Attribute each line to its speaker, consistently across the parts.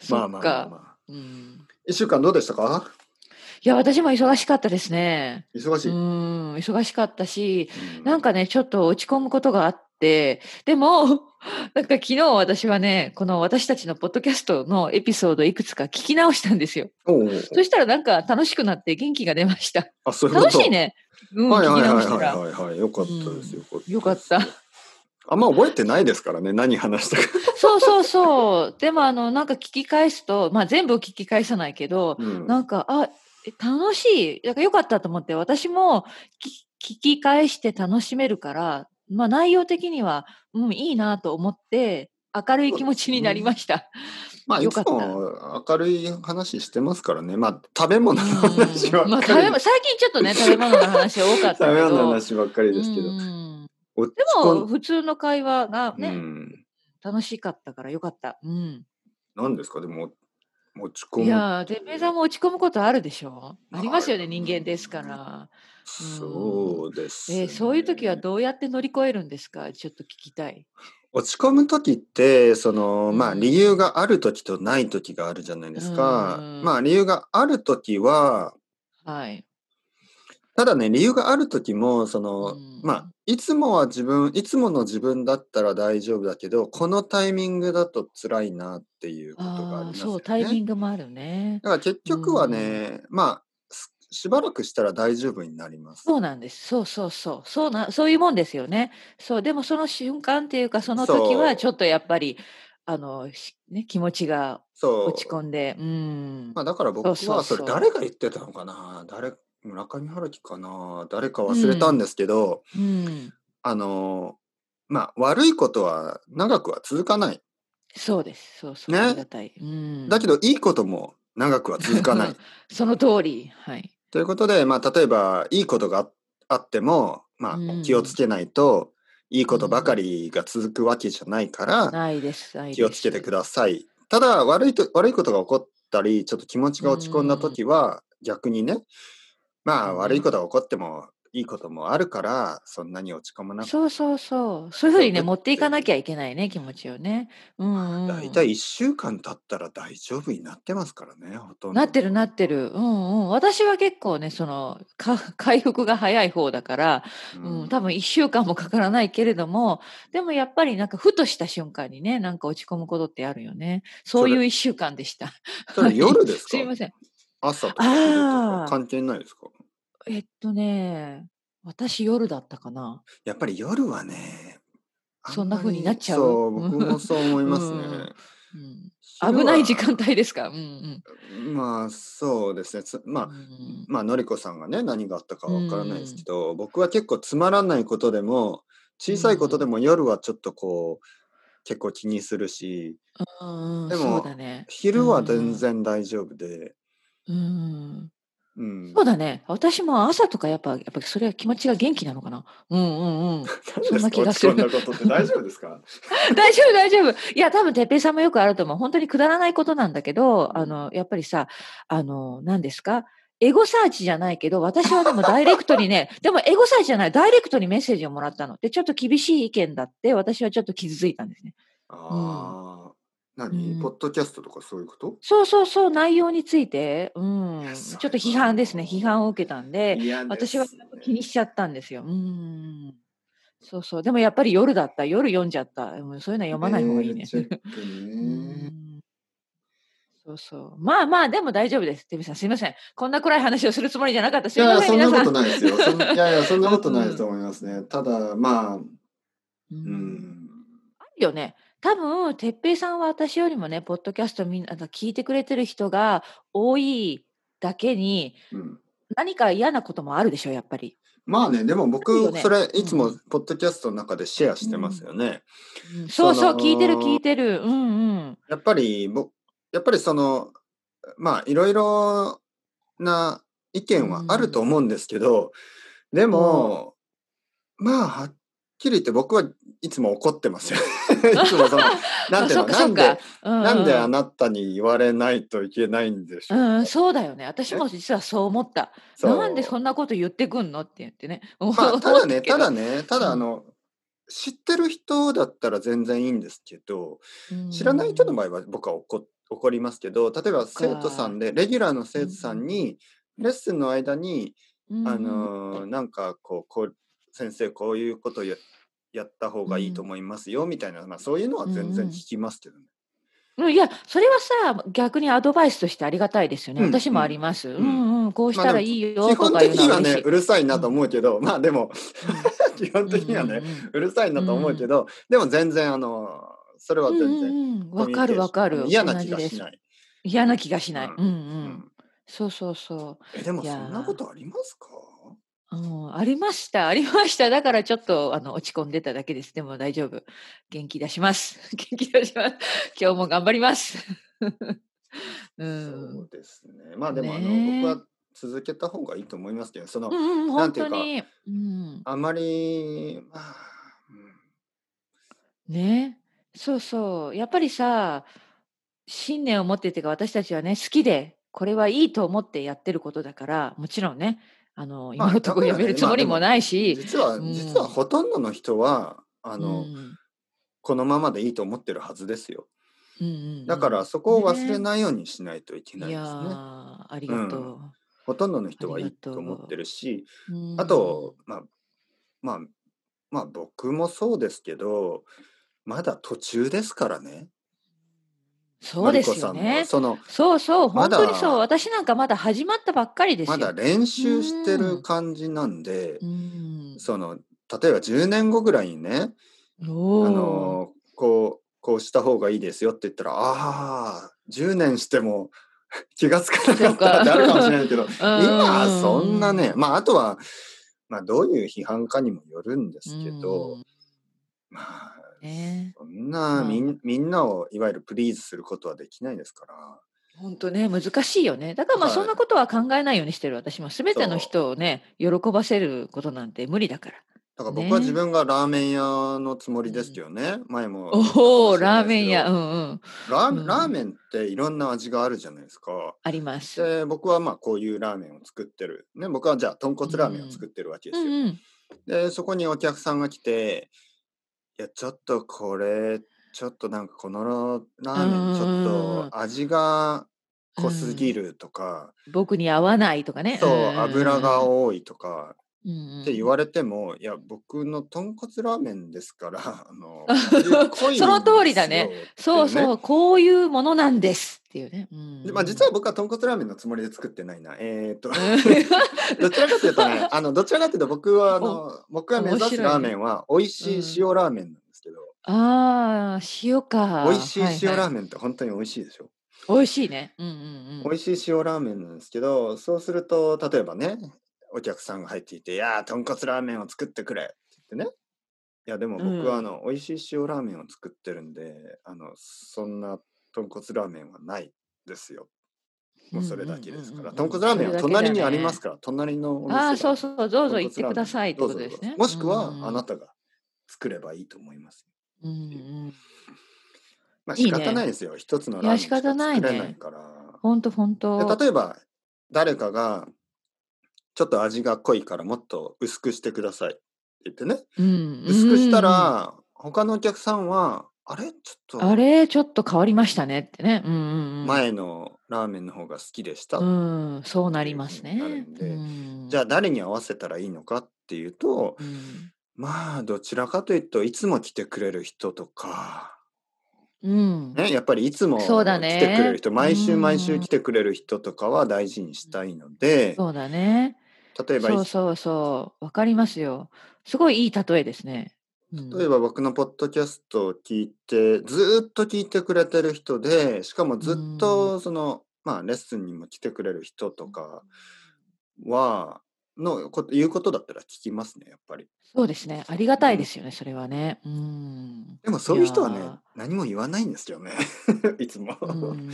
Speaker 1: そ
Speaker 2: まあ
Speaker 1: っ
Speaker 2: まあまあま
Speaker 1: か。
Speaker 2: あ。
Speaker 1: うん
Speaker 2: 一週間どうでしたか
Speaker 1: いや、私も忙しかったですね。
Speaker 2: 忙
Speaker 1: う
Speaker 2: しい。
Speaker 1: ん、忙しかったし、
Speaker 2: う
Speaker 1: なんかね、ちょっと落ち込むことがあって、でも、 なんか昨日私はね、この私たちのポッドキャストのエピソードいくつか聞き直したんですよ。
Speaker 2: おうおう
Speaker 1: そしたらなんか楽しくなって元気が出ました。
Speaker 2: あ、そういうこと
Speaker 1: 楽しい。ね。うん、
Speaker 2: はい
Speaker 1: 聞
Speaker 2: はい
Speaker 1: き
Speaker 2: はい
Speaker 1: 直
Speaker 2: はい
Speaker 1: したら。
Speaker 2: はいはい。よかったですよ。
Speaker 1: よかった。
Speaker 2: あんま覚えてないですからね、何話 したか。
Speaker 1: そうそうそう。でもあの、なんか聞き返すと、まあ全部聞き返さないけど、
Speaker 2: うん
Speaker 1: なんか、あ、え楽しい。なんか良かったと思って、私もき聞き返して楽しめるから、まあ内容的には、うん、いいなと思って、明るい気持ちになりました。
Speaker 2: まあ、い
Speaker 1: よ
Speaker 2: つ
Speaker 1: かった
Speaker 2: も明るい話してますからね。まあ、食べ物の話ば
Speaker 1: うんま
Speaker 2: っ
Speaker 1: あ、
Speaker 2: か
Speaker 1: 食
Speaker 2: り
Speaker 1: べ。物最近ちょっとね、食べ物の話多かったけ
Speaker 2: 食べ
Speaker 1: ど。
Speaker 2: 物の話ばっかりですけど
Speaker 1: う。ん
Speaker 2: 落ち
Speaker 1: で
Speaker 2: 込
Speaker 1: も、
Speaker 2: ん
Speaker 1: 普通の会話がね、
Speaker 2: うん。
Speaker 1: 楽しかったからよかった。うん。
Speaker 2: 何ですか、でも、持ち込
Speaker 1: い
Speaker 2: む。
Speaker 1: やー、デペさんも落ち込むことあるでしょ
Speaker 2: まあ
Speaker 1: ありますよね、人間ですから。
Speaker 2: そうです、
Speaker 1: えーそういう時はどうやって乗り越えるんですかちょっと聞きたい。
Speaker 2: 落ち込む時ってそのまあ
Speaker 1: うん
Speaker 2: 理由がある時とない時があるじゃないですか、
Speaker 1: うん
Speaker 2: まあ理由がある時は
Speaker 1: はい。
Speaker 2: ただね理由がある時もその、
Speaker 1: うん
Speaker 2: まあいつもは自分いつもの自分だったら大丈夫だけどこのタイミングだと辛いなっていうことがあり
Speaker 1: ああ
Speaker 2: ま
Speaker 1: ー、
Speaker 2: すよね。
Speaker 1: そう、タイミングもあるね。
Speaker 2: だから結局はね、まあすしばらくしたら大丈夫になります。
Speaker 1: そうなんです。そうそうそう。そうな、そういうもんですよね。そう、でもその瞬間っていうか、その時
Speaker 2: そ
Speaker 1: は
Speaker 2: う
Speaker 1: ちょっとやっぱり、あの、しね、気持ちが
Speaker 2: そう
Speaker 1: 落ち込んで、うん。
Speaker 2: まあだから僕は
Speaker 1: そうそうそ
Speaker 2: そうれ誰が言ってたのかな誰村上春樹かな誰か忘れたんですけど、
Speaker 1: うん。
Speaker 2: あのまあ悪いことは長くは続かない。
Speaker 1: そうです。そうそう。
Speaker 2: ね
Speaker 1: ありがたい。うん。
Speaker 2: だけどいいことも長くは続かな い。
Speaker 1: その通り。はい。
Speaker 2: ということで、まあ、例えばいいことがああっても、ま
Speaker 1: うん
Speaker 2: あ、気をつけないといいことばかりが続くわけじゃないから
Speaker 1: ないです。ないです。
Speaker 2: 気をつけてください。ただ悪いと悪いことが起こったりちょっと気持ちが落ち込んだ時は逆にねまあ
Speaker 1: うん
Speaker 2: 悪いことが起こってもいいこともあるからそんなに落ち込まなくて
Speaker 1: そうそうそう。そういうふうにね、
Speaker 2: そう
Speaker 1: 持っていかなきゃいけないね、気持ちをね。うん、うん。
Speaker 2: 大体1週間経ったら大丈夫になってますからねほとんど。
Speaker 1: なってるなってる。うんうん。私は結構ね、その、か 回復が早い方だから、うん、多分1週間もかからないけれども、でもやっぱりなんかふとした瞬間にね、なんか落ち込むことってあるよね。そうい
Speaker 2: そう
Speaker 1: 1週間でした。
Speaker 2: それ夜ですか
Speaker 1: すいません。
Speaker 2: 朝とか昼と
Speaker 1: あ
Speaker 2: か
Speaker 1: ー
Speaker 2: 関係ないですか
Speaker 1: えっとね、私夜だったかな。
Speaker 2: やっぱり夜はねあまり
Speaker 1: そんな風になっちゃう
Speaker 2: そう僕もそう思いますね、
Speaker 1: うんうん、
Speaker 2: 昼は
Speaker 1: 危ない時間帯ですか。うんうん。
Speaker 2: まあそうですねつまあ、
Speaker 1: うん
Speaker 2: まあのりこさんがね何があったかわからないですけど、僕は結構つまらないことでも小さいことでも夜はちょっとこう結構気にするし
Speaker 1: うんうん、
Speaker 2: でも
Speaker 1: そうだね。
Speaker 2: 昼は全然大丈夫で、
Speaker 1: うん。
Speaker 2: うん
Speaker 1: そうだね。私も朝とかやっぱ、やっぱそれは気持ちが元気なのかな。うんうんうん。 そんな気がする
Speaker 2: 何ですか落ち込んだことって大丈夫で すか
Speaker 1: 大丈夫大丈夫。いや、多分、てっぺいさんもよくあると思う。本当にくだらないことなんだけど、あの、やっぱりさ、あの、何ですかエゴサーチじゃないけど、私はでもダイレクトに ね、でもエゴサーチじゃない、ダイレクトにメッセージをもらったの。で、ちょっと厳しい意見だって、私はちょっと傷ついたんですね。
Speaker 2: ああ、何、
Speaker 1: うん
Speaker 2: ポッドキャストとかそういうこと
Speaker 1: そうそうそう、内容について、う
Speaker 2: い
Speaker 1: ん
Speaker 2: や。それは
Speaker 1: ちょっと批判ですね。批判を受けたんで、
Speaker 2: 嫌
Speaker 1: 私は気にしちゃったんですよ。うん。そうそう。でもやっぱり夜だった。夜読んじゃった。うんそういうのは読まない方がいいね。
Speaker 2: メールチ ェック
Speaker 1: う
Speaker 2: ね
Speaker 1: んそうそう。まあまあ、でも大丈夫です。デビさん、すいません。こんな暗い話をするつもりじゃなかった。す
Speaker 2: い
Speaker 1: いま
Speaker 2: や、
Speaker 1: せん、
Speaker 2: そん
Speaker 1: 皆
Speaker 2: なこ
Speaker 1: さ
Speaker 2: と
Speaker 1: ん。
Speaker 2: ないですよ。そんいやいや、そんなことないと思いますね。ただ、まあ、
Speaker 1: う
Speaker 2: うんん。
Speaker 1: あるよね。多分、てっぺいさんは私よりもね、ポッドキャストみんな、聞いてくれてる人が多いだけに、
Speaker 2: うん
Speaker 1: 何か嫌なこともあるでしょ、やっぱり。
Speaker 2: まあね、でも
Speaker 1: あるよ
Speaker 2: 僕、
Speaker 1: ね
Speaker 2: それ、いつも、ポッドキャストの中でシェアしてますよね。
Speaker 1: うんそうそう、
Speaker 2: その
Speaker 1: 聞いてる聞いてる。うんうん。
Speaker 2: やっぱり、僕、やっぱりその、まあ、いろいろな意見はあると思うんですけど、でも、まあ、はっきり言って僕はいつも怒っ てますよ。いつもその、なんていう
Speaker 1: あそっ
Speaker 2: の、なん
Speaker 1: かそっ
Speaker 2: で
Speaker 1: か、うう
Speaker 2: なんであなたに言われないといけないんでしょ
Speaker 1: う
Speaker 2: か
Speaker 1: ん、そうだよね。私も実はそう思った。
Speaker 2: そう
Speaker 1: なんでそんなこと言ってくんのって言ってね。
Speaker 2: まあ、ただね、ただ
Speaker 1: ね、
Speaker 2: ね、ただあの、知ってる人だったら全然いいんですけど、知らない人の場合は僕は怒っ起こりますけど例えば生徒さんでレギュラーの生徒さんにレッスンの間に、
Speaker 1: うん
Speaker 2: あのーなんかこうこう先生こういうことややった方がいいと思いますよみたいな、まあ、そういうのは全然聞きますけどね。
Speaker 1: うんいや、それはさ、逆にアドバイスとしてありがたいですよね。
Speaker 2: うん
Speaker 1: 私もあります。うんんうん、こうし
Speaker 2: まあ
Speaker 1: た
Speaker 2: で
Speaker 1: ら
Speaker 2: も
Speaker 1: いいよ
Speaker 2: 基
Speaker 1: と
Speaker 2: 本
Speaker 1: かい
Speaker 2: 的
Speaker 1: うの
Speaker 2: に
Speaker 1: は嬉し
Speaker 2: はね
Speaker 1: い。
Speaker 2: うるさいなと思うけど、まあでも基本的にはね、
Speaker 1: うんうんうん
Speaker 2: うるさいなと思うけど、でも全然あのそれは全
Speaker 1: う
Speaker 2: 然
Speaker 1: んうんうんわかるわかる。
Speaker 2: 嫌な気が
Speaker 1: 同じ
Speaker 2: し
Speaker 1: です
Speaker 2: ない。
Speaker 1: 嫌な気がしない。
Speaker 2: うん
Speaker 1: うんう。
Speaker 2: うん
Speaker 1: そうそうそ
Speaker 2: えでも
Speaker 1: い
Speaker 2: そ
Speaker 1: やー
Speaker 2: んなことありますか
Speaker 1: う。うん、ありました、ありました。だからちょっとあの落ち込んでただけです。でも大丈夫。元気出します。 元気出します。今日も頑張ります。 う
Speaker 2: そ
Speaker 1: ん
Speaker 2: う。ですねまあでもあの、
Speaker 1: ねー
Speaker 2: 僕は続けた方がいいと思いますけどその、
Speaker 1: うんうん、
Speaker 2: な
Speaker 1: 本
Speaker 2: んてい
Speaker 1: 当
Speaker 2: うか
Speaker 1: に。うん。
Speaker 2: あまりまあ、うん
Speaker 1: ねそうそうやっぱりさ信念を持ってっていうか私たちはね好きでこれはいいと思ってやってることだからもちろんねあの
Speaker 2: まあ
Speaker 1: 今のところ
Speaker 2: だ
Speaker 1: や
Speaker 2: からね
Speaker 1: めるつもり
Speaker 2: まあ
Speaker 1: も
Speaker 2: でも
Speaker 1: ないし、
Speaker 2: 実は、
Speaker 1: うん
Speaker 2: 実はほとんどの人はあの、
Speaker 1: うん
Speaker 2: このままでいいと思ってるはずですよ
Speaker 1: うんうんうん
Speaker 2: だからそこを忘れ
Speaker 1: ね
Speaker 2: ないようにしないといけない
Speaker 1: い
Speaker 2: で
Speaker 1: や
Speaker 2: す
Speaker 1: ー
Speaker 2: ね。
Speaker 1: ありがとう、
Speaker 2: ほとんどの人
Speaker 1: あ
Speaker 2: は
Speaker 1: り
Speaker 2: い
Speaker 1: が
Speaker 2: いと思ってるし
Speaker 1: うん
Speaker 2: あと、まあまあまあ僕もそうですけどまだ途中ですからね。
Speaker 1: そうです
Speaker 2: マリコさ
Speaker 1: よ
Speaker 2: ん
Speaker 1: ね
Speaker 2: もその
Speaker 1: そうそう
Speaker 2: ま
Speaker 1: 本
Speaker 2: だ
Speaker 1: 当にそう私なんかまだ始まったばっかりです
Speaker 2: ま
Speaker 1: よ、
Speaker 2: だ練習してる感じなんで、
Speaker 1: うん
Speaker 2: その例えば10年後ぐらいにね、
Speaker 1: おー
Speaker 2: あのこうこうした方がいいですよって言ったらああ10年しても 気がつかなかったってあるかもしれないけど
Speaker 1: うん
Speaker 2: 今はそんなねまああとは、まあ、どういう批判かにもよるんですけど、
Speaker 1: うん
Speaker 2: まあ
Speaker 1: ね
Speaker 2: そんなみんみんなをいわゆるプリーズすることはできないですから。
Speaker 1: 本当ね難しいよねだからまあ
Speaker 2: はい
Speaker 1: そんなことは考えないようにしてる私も全ての人をね喜ばせることなんて無理だから
Speaker 2: だから
Speaker 1: ね
Speaker 2: 僕は自分がラーメン屋のつもりですけどね、前も言ったか
Speaker 1: お
Speaker 2: も
Speaker 1: お
Speaker 2: しれな
Speaker 1: ラ
Speaker 2: い
Speaker 1: ー
Speaker 2: です
Speaker 1: メ
Speaker 2: け
Speaker 1: ン
Speaker 2: ど
Speaker 1: 屋うんうん
Speaker 2: ラー
Speaker 1: うん
Speaker 2: ラーメンっていろんな味があるじゃないですか。
Speaker 1: あります
Speaker 2: で僕はまあこういうラーメンを作ってる。ね、僕はじゃあ豚骨ラーメンを作ってるわけで
Speaker 1: う
Speaker 2: すよ。
Speaker 1: んうん
Speaker 2: でそこにお客さんが来て「いやちょっとこれちょっとなんかこのラーメンち
Speaker 1: うんうんうんう
Speaker 2: ょっ
Speaker 1: ん
Speaker 2: と味が濃すぎる」とか、
Speaker 1: 僕に合わないとかね
Speaker 2: そう、
Speaker 1: んんん
Speaker 2: 油が多いとか
Speaker 1: うんうん
Speaker 2: って言われても、いや僕の豚骨ラーメンですから あ の。
Speaker 1: その通りだねそうそううこういうものなんですっていうね、うん
Speaker 2: でまあ、実は僕は豚骨ラーメンのつもりで作ってないな。えー、っと、
Speaker 1: うん
Speaker 2: どちらかというとね、あのどちらかというと僕はあの僕が目指
Speaker 1: 面
Speaker 2: す
Speaker 1: 白いね
Speaker 2: ラーメンは美味しい塩ラーメンなんですけど、
Speaker 1: あー塩か
Speaker 2: 美味しい塩ラー
Speaker 1: ン、
Speaker 2: メンって本当に美味しいでしょ。
Speaker 1: はいはい、美味しいねうんうんうん
Speaker 2: 美味しい塩ラーメンなんですけど、そうすると例えばね、お客さんが入っていて、いやー豚骨ラーメンを作ってくれって言ってね。いやでも僕はあの、美味しい塩ラーメンを作ってるんで、あのそんな豚骨ラーメンはないですよ。もうそれだけですから、
Speaker 1: うんうんうんう
Speaker 2: 豚
Speaker 1: ん
Speaker 2: 骨ラーメンは隣にあります
Speaker 1: それだけだね
Speaker 2: から、隣のお店が
Speaker 1: ああ、そうそう、どうぞ行ってくださいって
Speaker 2: ど
Speaker 1: こ
Speaker 2: う
Speaker 1: と
Speaker 2: ぞどう
Speaker 1: で
Speaker 2: ぞ
Speaker 1: すね。
Speaker 2: もしくは、
Speaker 1: うん
Speaker 2: あなたが作ればいいと思います。
Speaker 1: うんうん
Speaker 2: まあ、
Speaker 1: いい
Speaker 2: 仕
Speaker 1: ね
Speaker 2: 方ないですよ。一つの
Speaker 1: い
Speaker 2: ラーメ
Speaker 1: や
Speaker 2: ンしか
Speaker 1: 仕方
Speaker 2: 作
Speaker 1: ないね
Speaker 2: れないから。
Speaker 1: ほんとほんと。
Speaker 2: で例えば、誰かが、ちょっと味が濃いからもっと薄くしてくださいって言ってね。
Speaker 1: うん
Speaker 2: 薄くした、ら、他のお客さんは、あれちょ
Speaker 1: うん
Speaker 2: っ
Speaker 1: うんうんあ
Speaker 2: と
Speaker 1: れ、ちょっと変わりましたねってね。うんうんうん、
Speaker 2: 前のラーメンの方が好きでした。
Speaker 1: うん、そうなります
Speaker 2: っていうふうにな
Speaker 1: ね
Speaker 2: るん。で
Speaker 1: うん
Speaker 2: じゃあ誰に合わせたらいいのかっていうと、
Speaker 1: うん
Speaker 2: まあどちらかというといつも来てくれる人とか、
Speaker 1: うん
Speaker 2: ね、やっぱりいつも来
Speaker 1: そうだね
Speaker 2: てくれる人、毎週
Speaker 1: うん
Speaker 2: 毎週来てくれる人とかは大事にしたいので
Speaker 1: そうだね。
Speaker 2: 例えばい
Speaker 1: そうそうそう。わかりますよ。すごいいい例えですね。うん
Speaker 2: 例えば僕のポッドキャストを聞いてずーっと聞いてくれてる人でしかもずっとその、まあ、レッスンにも来てくれる人とかはのこと言うことだったら聞きますねやっぱり。
Speaker 1: そうですね。ありがたいですよね、それはね。うん。
Speaker 2: でもそういう人はね
Speaker 1: いやー
Speaker 2: 何も言わないんですよね いつも。
Speaker 1: うん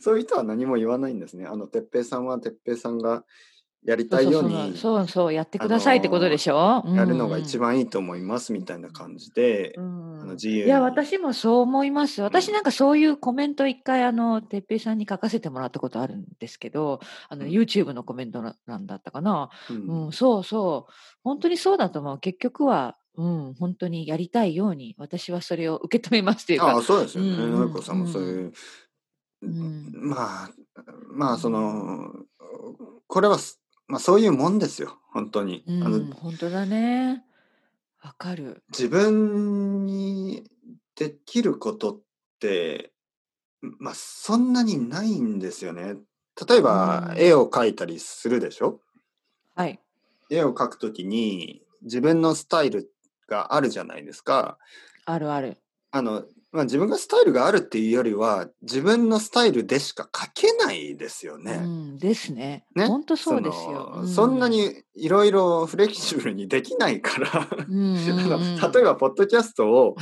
Speaker 2: そういう人は何も言わないんですね。あの、哲平さんは哲平さんがやりたいように
Speaker 1: そうそうそうそうやってくださいってことでしょ、
Speaker 2: やるのが一
Speaker 1: 番、
Speaker 2: 番いいと思いますみたいな感じで、
Speaker 1: うん
Speaker 2: あの自由に。
Speaker 1: いや私もそう思います私
Speaker 2: うん
Speaker 1: なんかそういうコメント一回あの哲平さんに書かせてもらったことあるんですけどあの、
Speaker 2: うん
Speaker 1: YouTube のコメントななんだったかな、
Speaker 2: う
Speaker 1: うん
Speaker 2: ん
Speaker 1: そうそう本当にそうだと思う結局は、うん、本当にやりたいように私はそれを受け止めますという
Speaker 2: あ
Speaker 1: か
Speaker 2: あ、そうですよね。
Speaker 1: うん
Speaker 2: のりこさんもそういう
Speaker 1: うん
Speaker 2: まあ、まあ、その、これはす、まあ、そういうもんですよ、本当に。
Speaker 1: うん
Speaker 2: あの
Speaker 1: 本当だね。わかる。
Speaker 2: 自分にできることって、まあ、そんなにないんですよね。例えば、
Speaker 1: うん
Speaker 2: 絵を描いたりするでしょ
Speaker 1: はい。
Speaker 2: 絵を描くときに、自分のスタイルがあるじゃないですか。
Speaker 1: あるある。
Speaker 2: あの、まあ、自分がスタイルがあるっていうよりは、自分のスタイルでしか描けないですよね。
Speaker 1: うん、ですね。
Speaker 2: ね
Speaker 1: 本当そうですよ。
Speaker 2: その
Speaker 1: う
Speaker 2: そんな。にいろいろフレキシブルにできないから、
Speaker 1: うんうん
Speaker 2: あ
Speaker 1: うん
Speaker 2: の例えばポッドキャストを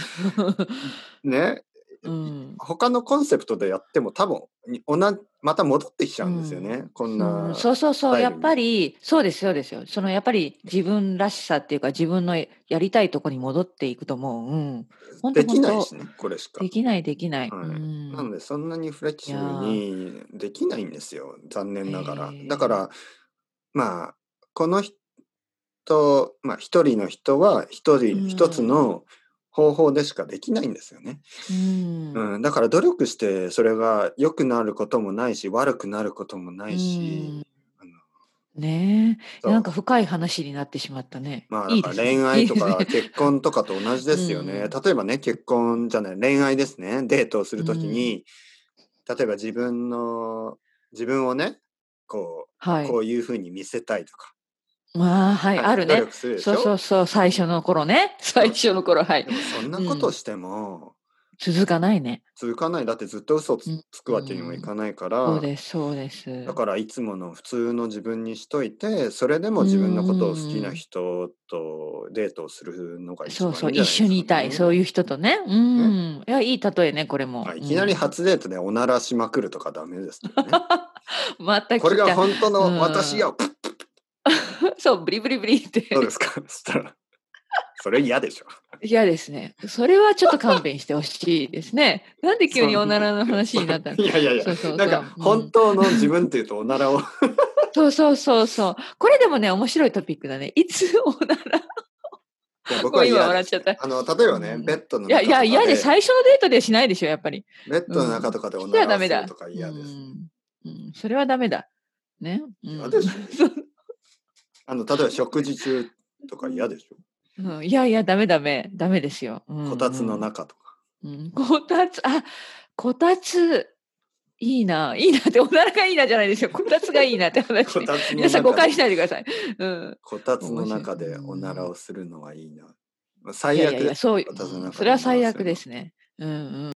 Speaker 2: ね
Speaker 1: うん
Speaker 2: 他のコンセプトでやっても多分に同じまた戻ってきちゃうんですよね、こん
Speaker 1: う
Speaker 2: なん
Speaker 1: そうそうそう、
Speaker 2: スタイル
Speaker 1: や
Speaker 2: に
Speaker 1: っぱり、そうですよ、そうですよ。そのやっぱり自分らしさっていうか、自分のやりたいとこに戻っていくと思う。うん。本当
Speaker 2: できないしねこれしか
Speaker 1: で。きない、できない。
Speaker 2: はい
Speaker 1: うん
Speaker 2: なのでそんなにフレキシブルにできないんですよ残念ながら
Speaker 1: へ。え
Speaker 2: だからまあこの人まあ一人の人は一
Speaker 1: うん
Speaker 2: 人一つの方法でしかできないんですよね。
Speaker 1: うん
Speaker 2: うん、だから努力してそれが良くなることもないし悪くなることもないし、あの
Speaker 1: うんねえ
Speaker 2: そう
Speaker 1: なんか深い話になってしまったね。
Speaker 2: まあ
Speaker 1: い
Speaker 2: だ
Speaker 1: いで
Speaker 2: から
Speaker 1: すね
Speaker 2: 恋愛と
Speaker 1: い
Speaker 2: か
Speaker 1: いですね
Speaker 2: 結婚とかと同じですよね。
Speaker 1: うん
Speaker 2: 例えばね結婚じゃない恋愛ですねデートをするときに、例えば自分の自分をねこう,、
Speaker 1: はい
Speaker 2: こ。ういうふうに見せたいとか、
Speaker 1: まあ、はい、
Speaker 2: なんか
Speaker 1: ある
Speaker 2: 努
Speaker 1: ね。
Speaker 2: 力するでし
Speaker 1: そ
Speaker 2: ょ
Speaker 1: うそうそう、最初の頃ね。最初の頃、はい
Speaker 2: で。もそんなことしても
Speaker 1: 続かないね。
Speaker 2: 続かないだってずっと嘘つつくわけにもいかないから、
Speaker 1: そうです、そうです。
Speaker 2: だからいつもの普通の自分にしといてそれでも自分のことを好きな人とデートをするのが一
Speaker 1: そ
Speaker 2: 番いい
Speaker 1: う
Speaker 2: んじ
Speaker 1: そ
Speaker 2: ゃ
Speaker 1: う、
Speaker 2: ないで
Speaker 1: 一
Speaker 2: すか、ね、
Speaker 1: 緒にいたい、そう
Speaker 2: う
Speaker 1: いう人とね。うん。いや、いい例えね、これも。
Speaker 2: いきなり
Speaker 1: うん
Speaker 2: 初デートでおならしまくるとかダメですよね
Speaker 1: 全く
Speaker 2: こ
Speaker 1: 聞
Speaker 2: れ
Speaker 1: い
Speaker 2: が
Speaker 1: た
Speaker 2: 本当の私よ、
Speaker 1: そう、ブリブリブリって。
Speaker 2: どうですかそしたらそれ嫌でしょ
Speaker 1: 嫌ですね。それはちょっと勘弁してほしいですね。なんで急におならの話になったの
Speaker 2: いやいやいや
Speaker 1: そうそうそう
Speaker 2: なんか本当の自分っていうとおならを
Speaker 1: そうそうそうそう。これでもね、面白いトピックだね。いつおなら。
Speaker 2: いや僕
Speaker 1: ご
Speaker 2: は
Speaker 1: めん今
Speaker 2: 嫌
Speaker 1: 笑っ
Speaker 2: です
Speaker 1: ちゃった。い
Speaker 2: あの例えばね、
Speaker 1: うん
Speaker 2: ベッドの
Speaker 1: や
Speaker 2: 中
Speaker 1: い
Speaker 2: とか
Speaker 1: や、
Speaker 2: で
Speaker 1: 嫌で最初のデートではしないでしょ、やっぱり。
Speaker 2: ベッドの中とかでお
Speaker 1: じゃ
Speaker 2: な
Speaker 1: あダ
Speaker 2: らをす
Speaker 1: メだ
Speaker 2: るとか。嫌です、
Speaker 1: うんうん。それはダメだ。ね。うん
Speaker 2: 嫌でしょあの例えば食事中とか嫌でしょ
Speaker 1: うん、いやいや、ダメダメ、ダメですよ。うんうん
Speaker 2: こたつの、中とか。
Speaker 1: うん。こたつ、あ、こたつ、いいな、いいなって、おならがいいなじゃない ですよ。こたつがいいなって話、
Speaker 2: こ
Speaker 1: ね。
Speaker 2: たつの
Speaker 1: 皆さん誤
Speaker 2: 中
Speaker 1: 解し
Speaker 2: で
Speaker 1: ないでください。うん。
Speaker 2: こたつの中でおならをするのはいいな。最悪
Speaker 1: いやいやいや、
Speaker 2: です。
Speaker 1: そう、
Speaker 2: こたつの中
Speaker 1: う
Speaker 2: で
Speaker 1: んそれは最悪ですね。うんうん。